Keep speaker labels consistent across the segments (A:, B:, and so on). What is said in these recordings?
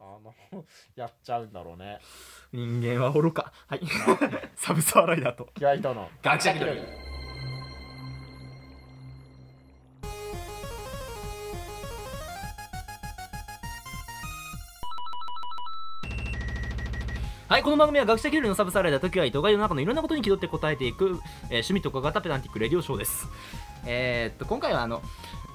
A: あの やっちゃうんだろうね
B: 人間は愚か。はい。 サブサーライダーと。
A: キワイとの
C: ガチャキドリ
B: はい、この番組は学者気取りのサブサーライダー時は糸が世の中のいろんなことに気取って答えていく、えー趣味とか型ペダンティックレディオショーです。えーっと、今回はあの、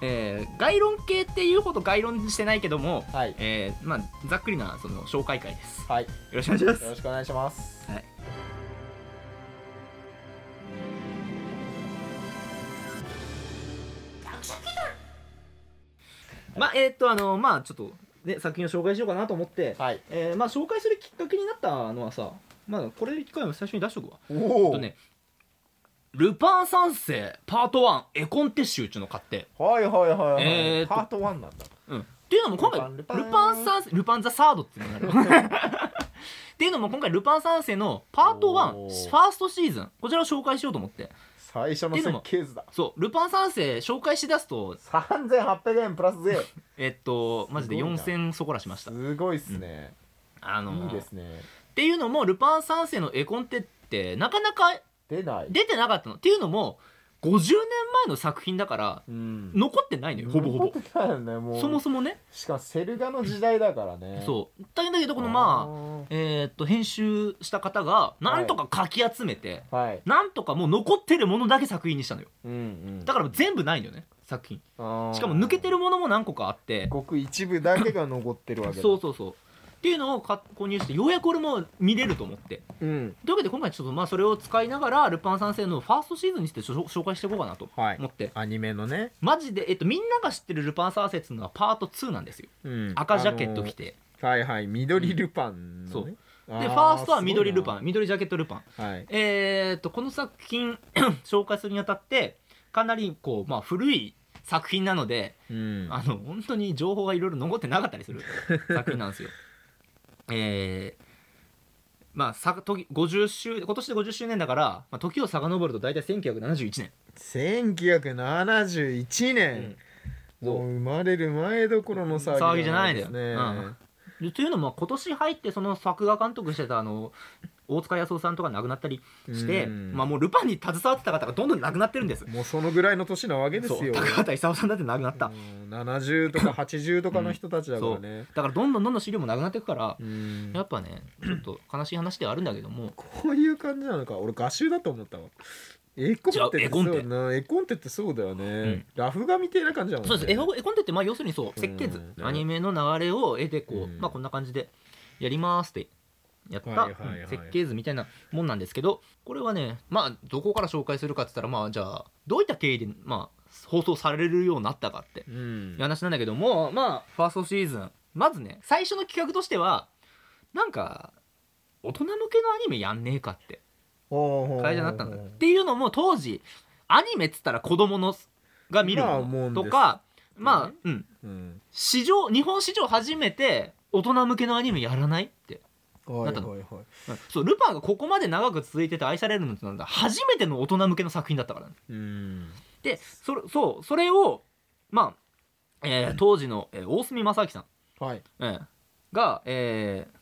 B: えー概論系っていうほど概論してないけども、
A: はい
B: えーまあ、ざっくりなその紹介会です。よ
A: はいよ
B: ろしくお願いします。
A: ろしくお願いします
B: はい。まあ、えーっと、あの、まあ、ちょっと、ね、作品を紹介しようかなと思って、
A: はい
B: えーまあ、紹介するきっかけになったのはさ、まあ、これ機会も最初に出しとくわ。
A: お
B: えっ
A: お
B: とね、ルパン三世パート1絵コンテッシュっていうのを買って、
A: はいはいはいはい、
B: えーっと
A: パート1なんだ
B: うん、っていうのも今回
A: ル
B: ル
A: パ
B: パ
A: ン
B: ン
A: ルパン
B: 三世ルパンザサード っていうのがあるっていうのも今回ルパン三世のパート
A: お
B: 1
A: ー
B: ファーストシーズンこちらを紹介しようと思って
A: 最初の設計図だ
B: そうルパン三世紹介しだすと
A: 3800円プラス税
B: えっとマジです
A: ごいな
B: 4000そこらしました
A: すごいっすね、
B: あの
A: い
B: ー
A: いですね
B: っていうのもルパン三世の絵コンテってなかなか
A: 出ない
B: 出てなかったのっていうのも50年前の作品だから
A: うん
B: 残ってないのよほぼほぼ
A: 残ってないよねもう
B: そもそもね
A: しかもセルガの時代だからね
B: そうだけどこのまあえーっと編集した方がなんとかかき集めて、
A: あはい
B: なんとかもう残ってるものだけ作品にしたのよ
A: うんうん
B: だから全部ないのよね作品
A: し
B: しかも抜けてるものも何個かあって
A: ごく一部だけが残ってるわけだ
B: そうそうそうっていうのを買購入してようやく俺も見れると思って
A: うん
B: というわけで今回ちょっとまあそれを使いながら「ルパン三世」のファーストシーズンにしてちょ紹介していこうかなと
A: はい
B: 思って、
A: アニメのね、
B: マジで、えっと、みんなが知ってる「ルパン三世」っていうのはパート2なんですよ
A: うん
B: 赤ジャケット着
A: て、
B: て、
A: あのはいはい緑ルパンの、ね
B: でファーストは緑ルパ
A: ン
B: ン緑ジャケットルパン
A: はい
B: えー、とこの作品 紹介するにあたってかなりこう、まあ、古い作品なので
A: うん
B: あの本当に情報がいろいろ残ってなかったりする作品なんですよ。 えーまあ、さ時50周今年で50周年だから、まあ、時を遡ると大体1971
A: 1971
B: 年
A: 年、、
B: そう
A: もう生まれる前どころの騒ぎですね
B: 騒ぎじゃないんだようんでというのも今年入ってその作画監督してたあの大塚康夫さんとか亡くなったりして、
A: うん
B: まあ、もうルパンに携わってた方がどんどん亡くなってるんです。
A: もうそのぐらいの年なわけです
B: そう
A: よ
B: 高畑勲さんだって亡くなった、
A: うん70とか80とかの人たちだからね、
B: だからどんどんどんどん資料もなくなっていくから、
A: うん
B: やっぱねちょっと悲しい話ではあるんだけども
A: こういう感じなのか俺画集だと思ったわ絵コンテって
B: じゃあ
A: そ
B: 絵コンテ
A: うな絵コンテってそうだよね、
B: ん
A: ラフ画みたいな感じだもんね
B: そうです絵本絵コンテってまあ要するにそう設計図
A: うん
B: アニメの流れを絵でこう、
A: うん
B: まあこんな感じでやりますってやった、
A: はいはいはい
B: うん設計図みたいなもんなんですけどこれはねまあどこから紹介するかって言ったらまあじゃあどういった経緯でまあ放送されるようになったかって
A: うん
B: いう話なんだけどもまあファーストシーズンまずね最初の企画としてはなんか大人向けのアニメやんねえかって会社になったんだよっていうのも当時アニメっつったら子供のが見る
A: まあも
B: も
A: んで
B: の
A: す
B: とか
A: ね
B: まあ、うん
A: うん
B: 史上日本史上初めて大人向けのアニメやらないって、
A: はいはい
B: なったの
A: はい
B: うんそうルパンがここまで長く続いてて愛されるのってなんだ初めての大人向けの作品だったから、ね、
A: うん
B: でそれそうそれをまあ、えー当時の、えー大隅正明さん
A: はい
B: ええが、ええ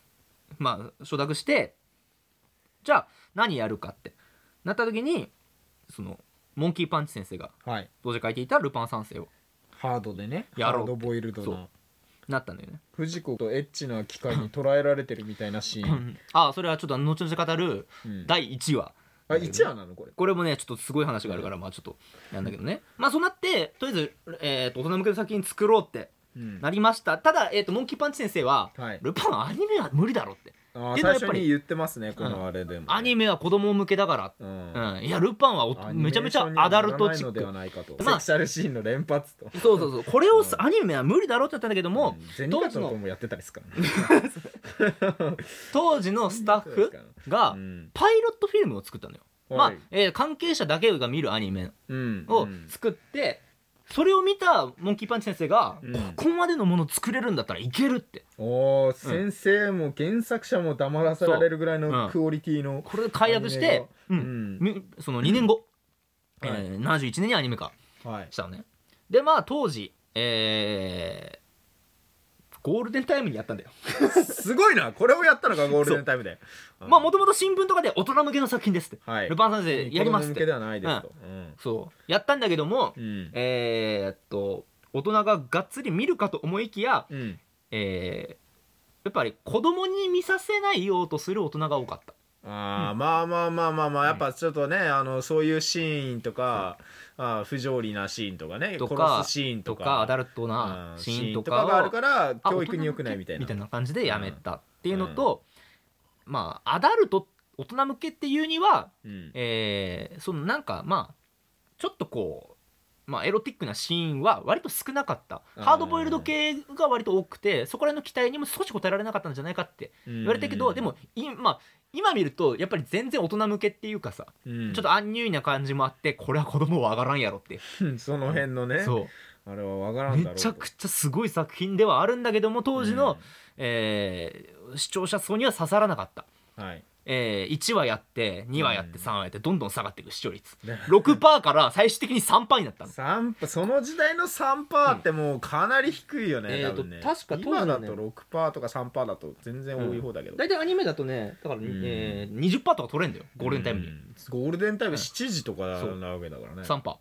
B: まあ承諾してじゃあ何やるかってなった時にそのモンキーパンチ先生が
A: はい
B: 当時書いていた「ルパン三世」を
A: ハードでね
B: や
A: ハー
B: ろうって
A: ドボイルド
B: そ
A: な
B: うなったんだよね。
A: 藤子とエッチな機械に捉えられてるみたいなシーン、
B: ああそれはちょっと後々語る
A: うん
B: 第1話。
A: あ一話なのこれ
B: これもねちょっとすごい話があるからまあちょっとなんだけどねまあそうなってとりあえず、えーと大人向けの作品作ろうって
A: うん
B: なりましたただ、えー、とモンキーパンチ先生は
A: はい
B: 「ルパンアニメは無理だろ」って
A: あ
B: け
A: ー最
B: どやっぱり
A: 初に言ってますねこのあれでもね、
B: 「アニメは子供向けだから」って
A: うん
B: うん、いやルパンはお
A: アニメ
B: め
A: ー
B: ち
A: ショ
B: ゃ
A: ン
B: めちゃアダルトチッ
A: にはならないのでは
B: ク
A: ないかと、
B: まあ
A: セクシャルシーンの連発と
B: そうそうそうこれをさ
A: う
B: アニメは無理だろって言ったんだけども、
A: ゼニガトの子もやってたりすからね
B: 当時のスタッフが
A: うん
B: パイロットフィルムを作ったのよ、ま
A: は
B: あ
A: い
B: えー関係者だけが見るアニメ
A: うん
B: を
A: うん
B: 作って、それを見たモンキーパンチ先生が、
A: うん
B: ここまでのもの作れるんだったらいけるって
A: おー先生も原作者も黙らせられるぐらいの
B: うん
A: クオリティの
B: これで解約して、う
A: アニメが
B: ん
A: うん
B: みその2年後、
A: はい
B: えー71年にアニメ化
A: はい
B: したのねでまあ当時えーゴールデンタイムにやったんだよ
A: すごいなこれをやったのかゴールデンタイムで
B: まあもともと新聞とかで大人向けの作品ですって、
A: はい
B: ルパン三世やりますっ
A: 向
B: て
A: けではないですと
B: そうやったんだけども、
A: うん
B: えーっと大人ががっつり見るかと思いきや、
A: うん
B: えーやっぱり子供に見させないようとする大人が多かった
A: あーまあまあまあまあまあやっぱちょっとねあのそういうシーンとかあー不条理なシーンとかね
B: とか
A: 殺すシーン
B: と
A: と
B: か
A: か
B: アダルト
A: う
B: なんシーンと
A: があ
B: か
A: る
B: を
A: から
B: あ
A: 教育に良くないみたいな
B: 大人向けみたいな感じでやめたっていうのと、まあアダルト大人向けっていうには、
A: うん
B: えーそのなんかまあちょっとこう、まあ、エロティックなシーンは割と少なかった
A: うん
B: ハードボイルド系が割と多くてそこら辺の期待にも少し応えられなかったんじゃないかって言われたけど、でも、いまあ、今見るとやっぱり全然大人向けっていうかさ、
A: うん
B: ちょっとアンニュイな感じもあってこれは子供は上がらんやろって、
A: その辺のね
B: そう
A: あれは分からんだ
B: め
A: ろう
B: ちゃくちゃすごい作品ではあるんだけども当時の、
A: うん
B: えー視聴者層には刺さらなかった、
A: ゃ はい
B: えー1話やって2話やっ
A: うん
B: て3話やってどんどん下がっていく視聴率
A: ね
B: 6%から最終的に3%になったの
A: 三パその時代の3パーってもうかなり低いよね、
B: えー
A: 多
B: と
A: 分ね
B: 確か当時のね
A: 今だと6パーとか3パーだと全然多い方だけど、
B: 大体アニメだとねだから、
A: ん
B: えー、20%とか取れんだよゴールデンタイムに、
A: うんゴールデンタイム7時とかなわけだからね
B: 3%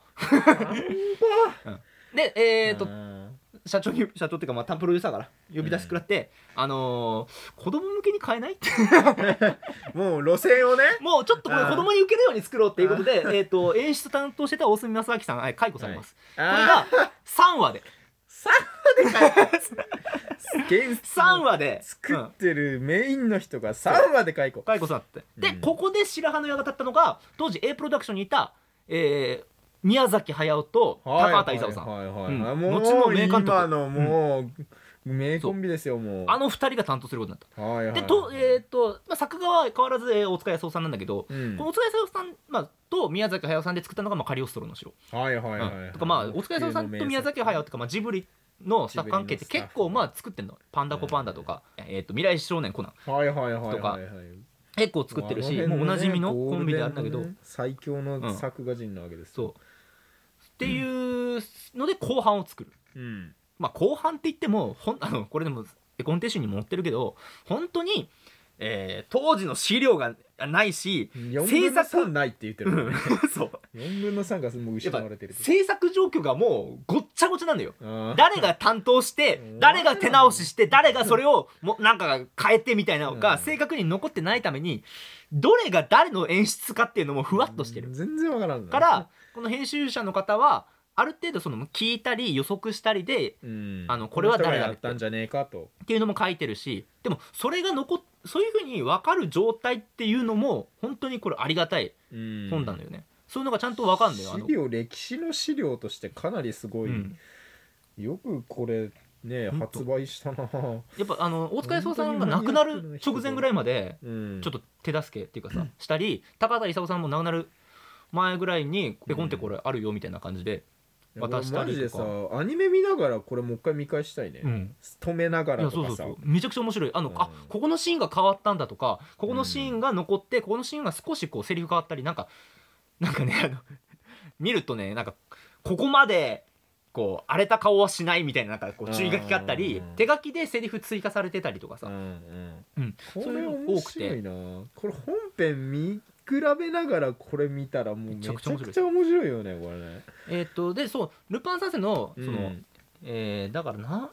B: でえー、と
A: うん
B: 社長に社長っていうかまあ担プロデューサーから呼び出し食らって、あのー子供向けに変えないって
A: もう路線をね
B: もうちょっとこれ
A: あー
B: 子供に受けるように作ろうっていうことで、えー、と演出担当してた大隅正明さんはい解雇されます、
A: あ
B: これが3話で
A: ー原
B: 3話で
A: 作
B: うん
A: ってるメインの人が3話で解雇
B: 解雇さんってで、
A: うん
B: ここで白羽の矢が立ったのが当時 A プロダクションにいた、えー宮崎駿と
A: はい
B: 高畑勲さん、
A: はいはいはい、
B: うん
A: もう
B: 後の名監督
A: 今のもう、名コンビですよもう
B: あの2人が担当することになっ
A: はいはい
B: たでと、えーとまあ、作画は変わらず、えー大塚康夫さんなんだけど、
A: うん
B: この大塚康夫さん、まあ、と宮崎駿さんで作ったのが、まあ、カリオストロの城、
A: はいはいはい、
B: うんとかまあ大塚康夫さんと宮崎駿とか、まあ、ジブリのスタッフ関係って
A: ジブリの
B: 結
A: スタッフ
B: 構まあ作ってんの「パンダコパンダ」とか、えーと「未来少年コナン
A: はいはいはいはいはい
B: とか結構作ってるし、もうおなじみのコンビであるんだけど、
A: ゴールデンのね最強の作画人なわけです
B: そうっていうので後半を作る、
A: う、うん、
B: まあ、後半って言ってもほん あのこれでも絵コンテ集にも載ってるけど本当に、えー当時の資料がないし
A: 4
B: 制
A: 分の3
B: 作
A: ないって言って
B: う
A: るもん
B: ん
A: ね
B: そう
A: 4分の3がもう
B: やっ
A: 失
B: ぱ
A: われてる
B: 制作状況がもうごっちゃごちゃなんだよ
A: あー
B: 誰が担当して
A: うん
B: 誰が手直しして誰がそれをもうなんか変えてみたいなの
A: うん
B: が正確に残ってないためにどれが誰の演出かっていうのもふわっとしてる
A: 全然わからんな
B: からこの編集者の方はある程度その聞いたり予測したりで
A: うん
B: あのこれは誰だ
A: この人がやったんじゃねえかと
B: っていうのも書いてるしでもそれが残っそういうふうに分かる状態っていうのも本当にこれありがたい本なのよね、そういうのがちゃんと分かるんだよあの
A: 資料歴史の資料としてかなりすごい、
B: うん
A: よくこれね
B: ほんと
A: 発売したな
B: やっぱあの大塚康夫さんが亡くな
A: 本当にマニアックな
B: る
A: 人
B: 直前ぐらいまで
A: うん
B: ちょっと手助けっていうかさ、したり高畑勲さんも亡くなる前ぐらいに「
A: ん
B: ペコンってこれあるよ」みたいな感じで、
A: いや
B: 渡した
A: 俺マ
B: りとか
A: ジでさアニメ見ながらこれもう一回見返したいね、
B: うん
A: 止めなが
B: い
A: ら
B: や
A: と
B: そう
A: か
B: そう
A: さ
B: そうめちゃくちゃ面白いあの、
A: うん
B: あここのシーンが変わったんだとかここのシーンが残って、ここのシーンが少しこうセリフ変わったりなんかなんかねあの 見るとねなんかここまでこう荒れた顔はしないみたいななんかこう注意書きがあったり
A: うん
B: 手書きでセリフ追加されてたりとか
A: うん
B: さ、
A: うん
B: うん、
A: こ
B: そうい
A: れ
B: うの
A: 面
B: 多く
A: 白
B: て
A: いなこれ本編見比べながらこれ見たらもうめ
B: め
A: ち
B: ち
A: ゃ
B: ゃ
A: く
B: く
A: ち
B: ち
A: ゃ
B: ゃ
A: 面
B: 面
A: 白
B: 白
A: い
B: い
A: よねこれね
B: えーっとでそう「ルパン三世の」その、
A: うん
B: えーだからな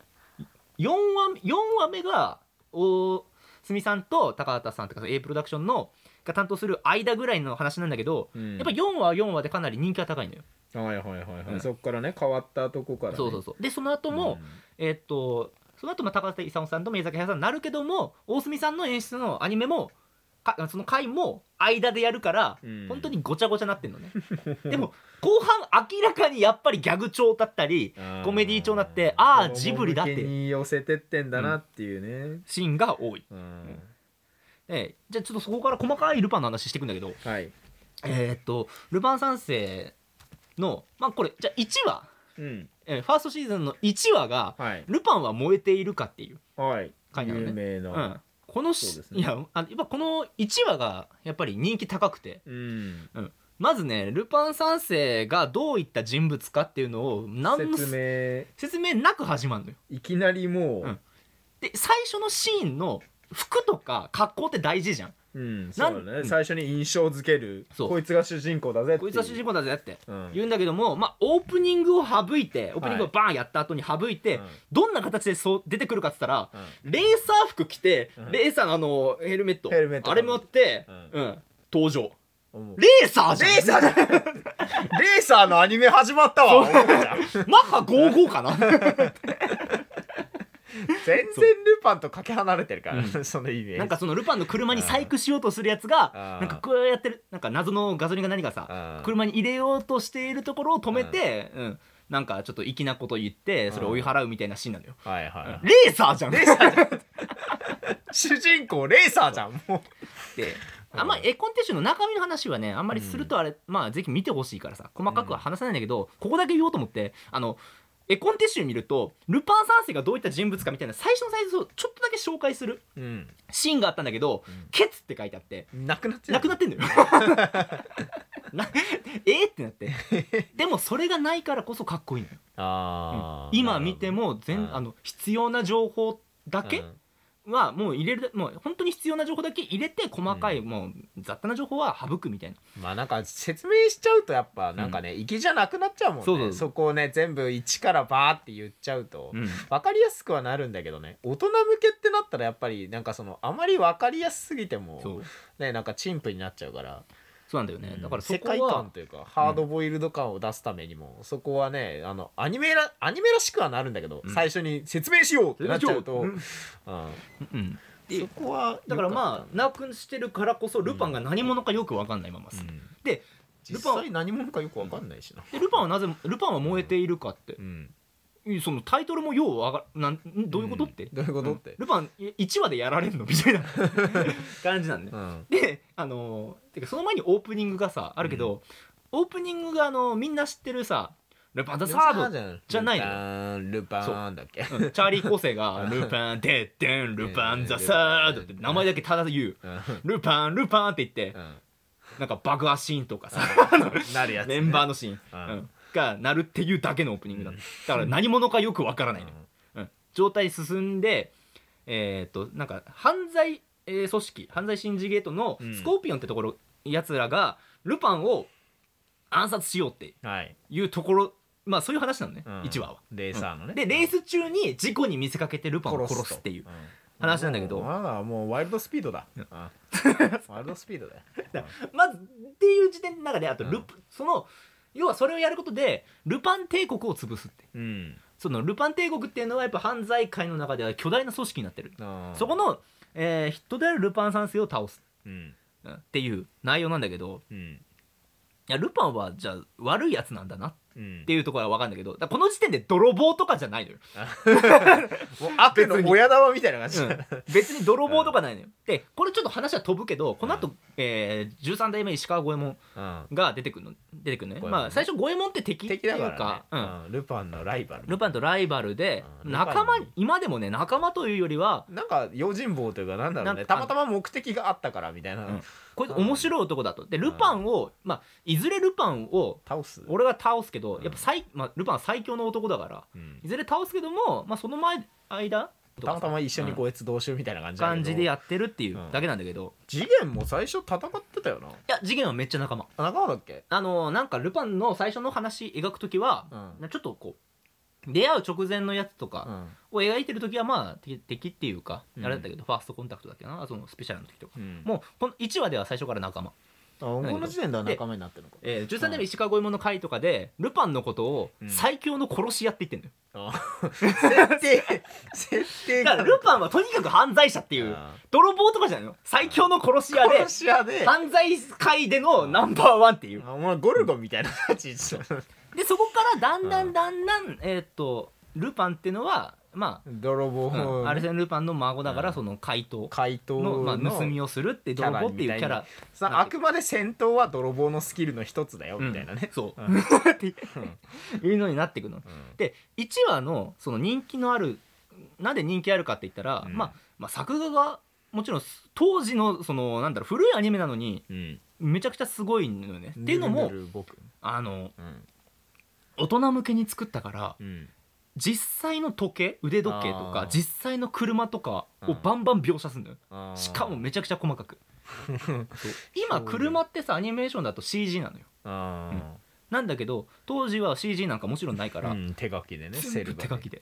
B: 4話四話目が大角さんと高畑さんとか A プロダクションのが担当する間ぐらいの話なんだけど、
A: うん
B: やっぱ4話は4話でかなり人気が高いのよ、
A: はいはいはいはい、
B: うん
A: そっからね変わったとこから、ね、
B: そうそうそうでその後
A: うん
B: も、えーっとその後まあ高畑勲さんと宮崎駿さんになるけども大角さんの演出のアニメもかその回も間でやるから、
A: うん
B: 本当にごちゃごちゃなってんのねでも後半明らかにやっぱりギャグ調だったり
A: あー
B: コメディ調になってあ
A: 子供
B: ージブリだって
A: 向けに寄せてってんだなっていうね、
B: シーンが多い
A: うん
B: ええ、じゃあちょっとそこから細かいルパンの話していくんだけど
A: はい、
B: えーっと「ルパン三世の」まあこれじゃあ1話、
A: うん、
B: えーファーストシーズンの1話が
A: はい
B: 「ルパンは燃えているか」っていう、
A: はい
B: 回なのね
A: 有名
B: う、
A: なん
B: この
A: そう
B: し、
A: ですね
B: いやあやっぱこの1話がやっぱり人気高くて
A: うん、
B: まずねルパン三世がどういった人物かっていうのを何の
A: 説明
B: 説明なく始まるのよ
A: いきなりもう、
B: うんで最初のシーンの服とか格好って大事じゃん
A: うんそうだ
B: なん
A: ね最初に印象付ける
B: そう
A: こいつが主人公だぜって
B: こいつは主人
A: 公
B: 公だぜって
A: うん
B: 言うんだけども、まあ、オープニングを省いてオープニングをバーンやった後に省いて、
A: うん
B: どんな形でそう出てくるかっつったら、
A: うん
B: レーサー服着て、
A: うん
B: レーサーのあのヘルメット
A: ヘルメット
B: あれ持って、う
A: うん
B: 登場
A: 思う
B: レーサーじゃん
A: レーサーだレーサーのアニメ始まったわ思う じゃん
B: マッハ55 かな
A: 全然ルパンとかけ離れてるから、
B: う
A: そのイメージ
B: なんかそのルパンの車に細工しようとするやつが
A: あー
B: なんかこうやってるなんか謎のガソリンが何かさ
A: あー
B: 車に入れようとしているところを止めて、うん、なんかちょっと粋なこと言ってそれを追い払うみたいなシーンなのよ、
A: はいは
B: レーサーじゃん
A: いレーサーじゃん主人公レーサーじゃんも
B: ってあんま絵コンテッシュの中身の話はねあんまりするとあれ、まあぜひ見てほしいからさ細かくは話さないんだけど、ここだけ言おうと思ってあの絵コンテッシュ見るとルパン三世がどういった人物かみたいな最初の最初をちょっとだけ紹介する
A: う、うん、
B: シーンがあったんだけど「
A: ん
B: ケツ」って書いてあって
A: なくなっちゃう
B: なく なってんのよ。なえーってなってでもそれがないからこそかっこいいのよ
A: あー
B: 今見ても
A: う
B: 全
A: ん
B: あの必要な情報だけ、
A: うん
B: はもう入れるもう本当に必要な情報だけ入れて細かい、もう雑多な情報は省くみたいな
A: まあなんか説明しちゃうとやっぱなんかね、粋じゃなくなっちゃうもんね
B: そ
A: そう
B: そう
A: こをね全部一からバーって言っちゃうと、
B: うん
A: 分かりやすくはなるんだけどね大人向けってなったらやっぱりなんかそのあまり分かりやすすぎても
B: そう
A: ねなんか陳腐になっちゃうから
B: そうなんだよね、だからそ
A: 世
B: こ
A: 界
B: は
A: 観というかハードボイルド感を出すためにも、そこはねあのアニメらアニメらしくはなるんだけど、
B: うん
A: 最初に説明しようってなっちゃうと、
B: う
A: うんん
B: うん、で
A: そこは
B: だから
A: あ、
B: まあなくしてるからこそルパンが何者かよく分かんないまま
A: う
B: す、
A: ん
B: でル
A: 実
B: パン
A: 際何者かよく分かんないしな、
B: でルパンはなぜルパンは燃えているかって、
A: うん
B: そのタイトルもようわがなんんどういうことって、
A: うんどういうことって
B: ルパン1話でやられるのみたいな 感じなんで、
A: うん
B: であのーてかその前にオープニングがさあるけど、オープニングがあのーみんな知ってるさ「ルパン・ザ・サード」じゃないの
A: のルパンルパンだっけ
B: うんチャーリー構成が「ルパン・デッデンルパン・ザ・サード」って名前だけただ言う
A: うんう
B: 「ルパンルパン」って言って
A: ん
B: なんか爆破シーンとかさ
A: なるやつ
B: メンバーのシーン、
A: うん
B: うんが鳴るっていうだけのオープニングだっただから何者かよくわからないのよ、うん、状態進んでえーっとなんか犯罪、えー組織犯罪シンジゲートの
A: うん
B: スコーピオンってところ、やつらがルパンを暗殺しようって
A: はい
B: いうところまあそういう話なのね、
A: うん
B: 1話は。
A: レーサーのね
B: でレース中に事故に見せかけてルパンを殺すっていう
A: と
B: 話なんだけど
A: まだもうワイルドスピードだうんワイルドスピードだよ
B: まずっていう時点の中であと
A: うん
B: ルプ、その要はそれをやることでルパン帝国を潰すって
A: うん
B: そのルパン帝国っていうのはやっぱ犯罪界の中では巨大な組織になってる、
A: うん
B: そこの、えーヒットであるルパン三世を倒す
A: うん
B: うんっていう内容なんだけど
A: うん
B: いやルパンはじゃあ悪いやつなんだなっ
A: うん
B: ていうところは分かるんだけどだからこの時点で泥棒とかじゃないのよ、
A: もう悪の親玉みたいな感 じ
B: うん別に泥棒とかないのよでこれちょっと話は飛ぶけどこの後、えー13代目石川五右衛門
A: うん
B: が出てくるの出てくるのね
A: 五右衛門ね
B: まあ最初五右衛門って敵って
A: 敵
B: いう
A: だか
B: かうん
A: らねうんルパンのライバル
B: ルパンとライバルで
A: うん
B: 仲間
A: ルパンに
B: 今でもね仲間というよりは
A: なんか用心棒というかなんだろう
B: なん
A: ね
B: か
A: たまたま目的があったからみたい
B: ん
A: な
B: こいつ面白い男だとでルパンを、まあ、いずれルパンを
A: 倒す
B: 俺は倒すけど
A: うん
B: やっぱ最、まあ、ルパンは最強の男だから
A: うん
B: いずれ倒すけども、まあ、その前間
A: たまたま一緒に
B: う
A: こいつ同衆みたいな感
B: ん
A: じだけど
B: 感じでやってるっていう
A: うん
B: だけなんだけど、い
A: 次元も最初戦ってたよな
B: や次元はめっちゃ仲間
A: 仲間だっけ
B: あのーなんかルパンの最初の話描く時は、
A: う
B: ちょっとこう出会う直前のやつとか、
A: ん
B: を描いてる時はまあ敵敵っていうか、
A: うん
B: あれだったけどファーストコンタクトだっけなそのスペシャルの時とか、
A: うん
B: もうこの1話では最初から仲間、
A: あこの時点では仲間になってるの か
B: えー、13年目石川五右衛門の回とかでルパンのことを
A: うん
B: 最強の殺し屋って言ってんのよ、
A: 設定設定
B: だからルパンはとにかく犯罪者っていう泥棒とかじゃないの最強の殺し屋で
A: 殺し屋で
B: 犯罪界でのナンバーワンっていう
A: あお前ゴルゴみたいな感じ
B: でそこからだんだんだんだん、えーっとルパンってのはま
A: 泥棒
B: あ、うんアルセン・ルパンの孫だから
A: うん
B: その怪盗
A: 怪盗
B: の、
A: の
B: まあ、盗みをするって泥棒っていうキャラ
A: さあくまで戦闘は泥棒のスキルの一つだよみたいなね
B: うんそう、
A: うん
B: っていうのになっていくの。で1話のその人気のあるなんで人気あるかって言ったら、
A: うん
B: まあ、まあ作画がもちろんす当時のそのなんだろう古いアニメなのに
A: うん
B: めちゃくちゃすごいのよね。っていうのも
A: ぬるぬる僕
B: あの
A: うん
B: 大人向けに作ったから
A: うん
B: 実際の時計腕時計と
A: あ
B: か
A: ー
B: 実際の車とかをバンバン描写するのよしかもめちゃくちゃ細か くそう今車ってさアニメーションだと CG なのよ
A: あ
B: なんだけど当時は CG なんかもちろんないか
A: ー、
B: ら、
A: うん、手書きでねセ
B: 全
A: ル
B: 部
A: が
B: 手書きで、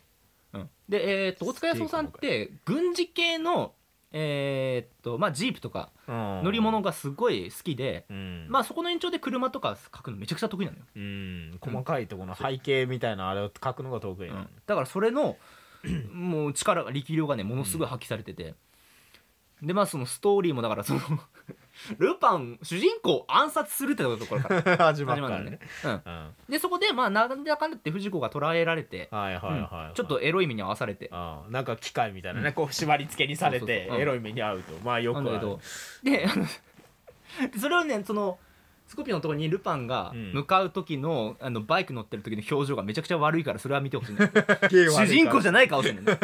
B: うん、で、えー、と大塚康夫さんって軍事系のえーっとまあジープとか乗
A: 乗
B: り物、がすごい好きで、
A: うん
B: まあそこの延長で車とか描くのめちゃくちゃ得意なのよ、
A: うん、細かいとこの背景みたいなあれを書くのが得意な
B: う
A: の、
B: んだからそれの もう力が力量がねものすごい発揮されてて、でまあそのストーリーもだからその ルパン主人公を暗殺するってところから
A: 始まった
B: 始ま
A: から
B: るの
A: ね
B: ね、うん、
A: うん、はい
B: でそこでまあなんだかんだって藤子が捕らえられて、
A: はいはい、はい
B: うんちょっとエロい目に合わされて
A: あなんか機械みたいなね、
B: う
A: こう縛り付けにされ
B: そうそう
A: て
B: そううん
A: エロい目に遭うとまあよく
B: な
A: あ
B: んだ
A: る
B: けどであのでそれをねその スコピオのところにルパンが
A: うん
B: 向かう時の,、あのバイク乗ってる時の表情がめちゃくちゃ悪いからそれは見てほしい んだけど主人公じ
A: ゃ
B: ゃない顔して るね、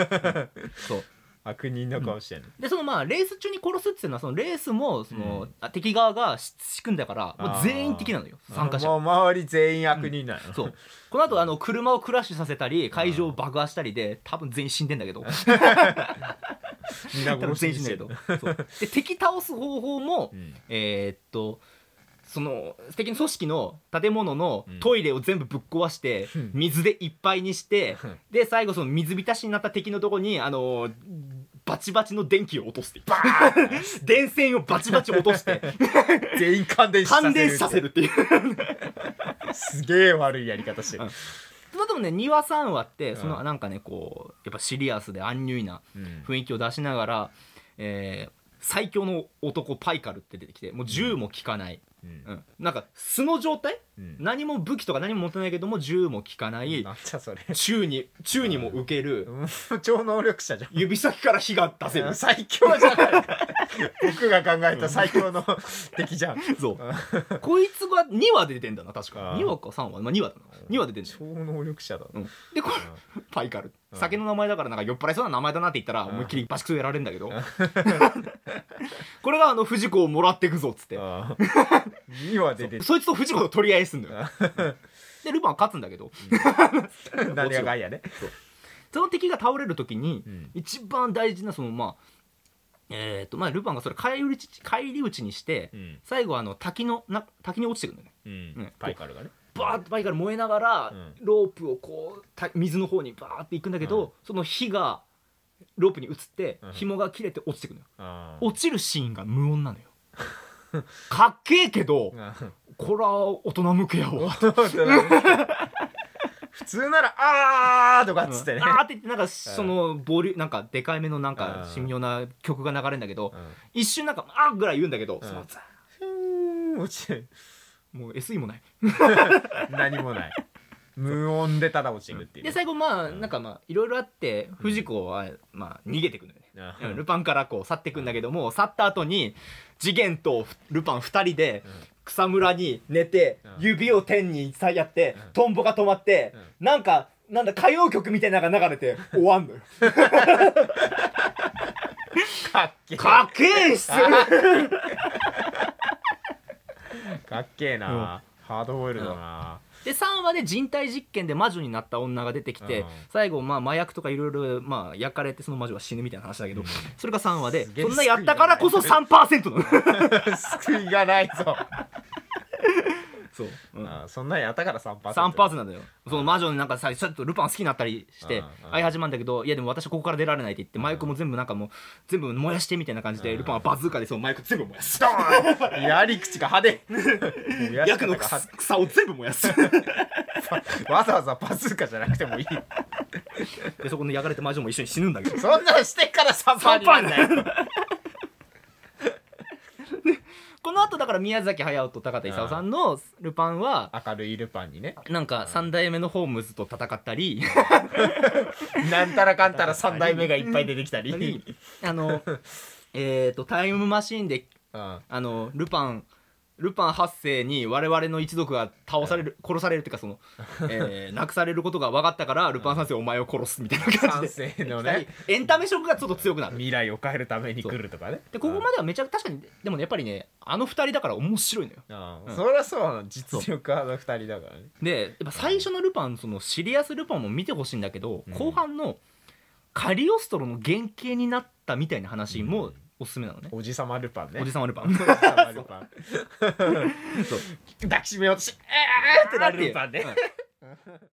B: うんそう
A: 悪人の顔してる、
B: でそのまあレース中に殺すっていうのはそのレースもその、
A: うん
B: あ敵側がし仕組んだからもう全員敵なのよ参加者
A: もう周り全員悪人なの、
B: そうこの後あの車をクラッシュさせたり会場を爆破したりで多分全員死んでんだけど
A: みんな
B: 多
A: 殺
B: 分
A: し
B: 全員
A: に
B: 死ん
A: し
B: で
A: て
B: ん
A: る
B: だけどそうで敵倒す方法も、
A: うん
B: えーっとその敵の組織の建物の
A: うん
B: トイレを全部ぶっ壊して、
A: うん
B: 水でいっぱいにして、
A: うん
B: で最後その水浸しになった敵のとこにあのーバチバチの電気を落としてバーン 電線をバチバチ落と して
A: 全員感電
B: 感電させる っていう
A: すげえ悪いやり方してる、
B: まあでもね2話3話ってそうの
A: ん
B: なんかねこうやっぱシリアスでアンニュイな
A: うん
B: 雰囲気を出しながら、えー最強の男パイカルって出てきてもう銃も効かない、
A: うん
B: うんなんか素の状態
A: うん
B: 何も武器とか何も持てないけども銃も効かない
A: なんじゃそれ
B: 宙に宙にも受ける
A: もう超能力者じゃん
B: 指先から火が出せる
A: 最強じゃない僕が考えた最強の敵じゃん
B: そうこいつが2話で出てんだな確か
A: あー
B: 2話か3話、まあ、2話だな2話で出てんだよ
A: 超能力者だな、
B: うんでこれパイカル
A: うん
B: 酒の名前だからなんか酔っ払いそうな名前だなって言ったら
A: ん
B: 思いっきりバシクソやられるんだけど これがあの藤子をもらってくぞっつって
A: ああ 2は出てる
B: そいつと藤子と取り合いすんのよでルパンは勝つんだけど
A: 何が害やね
B: その敵が倒れる時に
A: うん
B: 一番大事なそのまあえっ、とまあルパンがそれ返り討ち返り討ちにして、
A: うん
B: 最後あの滝のな滝に落ちてくるんだよね
A: うんパイカルがね
B: バーッとバイから燃えながら、
A: うん
B: ロープをこうた水の方にバーッていくんだけど、
A: うん
B: その火がロープに移って、
A: うん
B: 紐が切れて落ちてくるのよ
A: ああ
B: 落ちるシーンが無音なのよ かっけえけど
A: うん
B: こら大人向けやわ
A: 普通なら「あー」とかっつってね、
B: あーって言ってなんかそのボリュなんかでかいめのなんか
A: うん
B: 神妙な曲が流れるんだけど、
A: うん
B: 一瞬なんか「あー」ぐらい言うんだけど、そのザ
A: ふーん落ちてる
B: ーもう SE もない
A: 何もない無音でただ落ちるっていう
B: で
A: ね
B: 最後まあ
A: うん
B: なんかまあいろいろあって藤子はまあ逃げてくのよね、
A: う
B: うん
A: ん
B: ルパンからこう去ってくんだけども、去った後に次元とルパン2人で
A: うん
B: 草むらに寝て、
A: うん
B: 指を天にさやって、
A: うん
B: トンボが止まって、なんかなんだ歌謡曲みたいなのが流れて終わ んのよ
A: かっけえ
B: かっけえ っす
A: かっけえな、ハードボイルドだな、
B: で3話で人体実験で魔女になった女が出てきて、
A: うん
B: 最後まあ麻薬とかいろいろまあ焼かれてその魔女が死ぬみたいな話だけど、
A: うん
B: それが3話です
A: げえ
B: そんなやったからこそ3%の
A: 救いがないぞ、
B: そう、うん
A: あーそんなんやったから3パー
B: 3パーツなんだよその魔女になんかさちょっとルパン好きになったりして
A: うんうん
B: 相始まるんだけどいやでも私ここから出られないって言って麻薬も全部なんかもう全部燃やしてみたいな感じで
A: うん
B: ルパンはバズーカでその麻薬全部燃やす
A: ドーン やり口が派 手もうやり
B: 薬
A: 方
B: の
A: が
B: 草
A: 派
B: 草を全部燃や す
A: 手わざわざパズーカじゃなくてもいい
B: でそこの焼かれた魔女も一緒に死ぬん だけど
A: そんなんしてから3パーになんだよ
B: この後だから宮崎駿と高田勲さんのルパンは
A: 明るいルパンにね
B: なんか3代目のホームズと戦ったり
A: なんたらかんたら3代目がいっぱい出てき たり、
B: あのえっとタイムマシーンで
A: うん、
B: あのルパンルパン八世に我々の一族が倒される、殺されるっていうかその、えー、なくされることが分かったからルパン三世お前を殺すみたいな感
A: 感
B: じで
A: 性のね
B: エンタメ色がちょっと強くなる
A: 未来を変えるために来るとかね
B: でここまではめちゃくちゃ確かにでもねやっぱりねあの二人だから面白いのよ
A: あ
B: うん
A: そりゃそうなの実力派の二人だからね
B: でやっぱ最初のルパンそのシリアスルパンも見てほしいんだけど、
A: うん
B: 後半のカリオストロの原型になったみたいな話もおすすめなのね、
A: おじさまルパンね
B: おじ
A: さ
B: さまルパン
A: まルパン
B: そう
A: 抱きしめようとし
B: えーって
A: なるルパンね
B: うん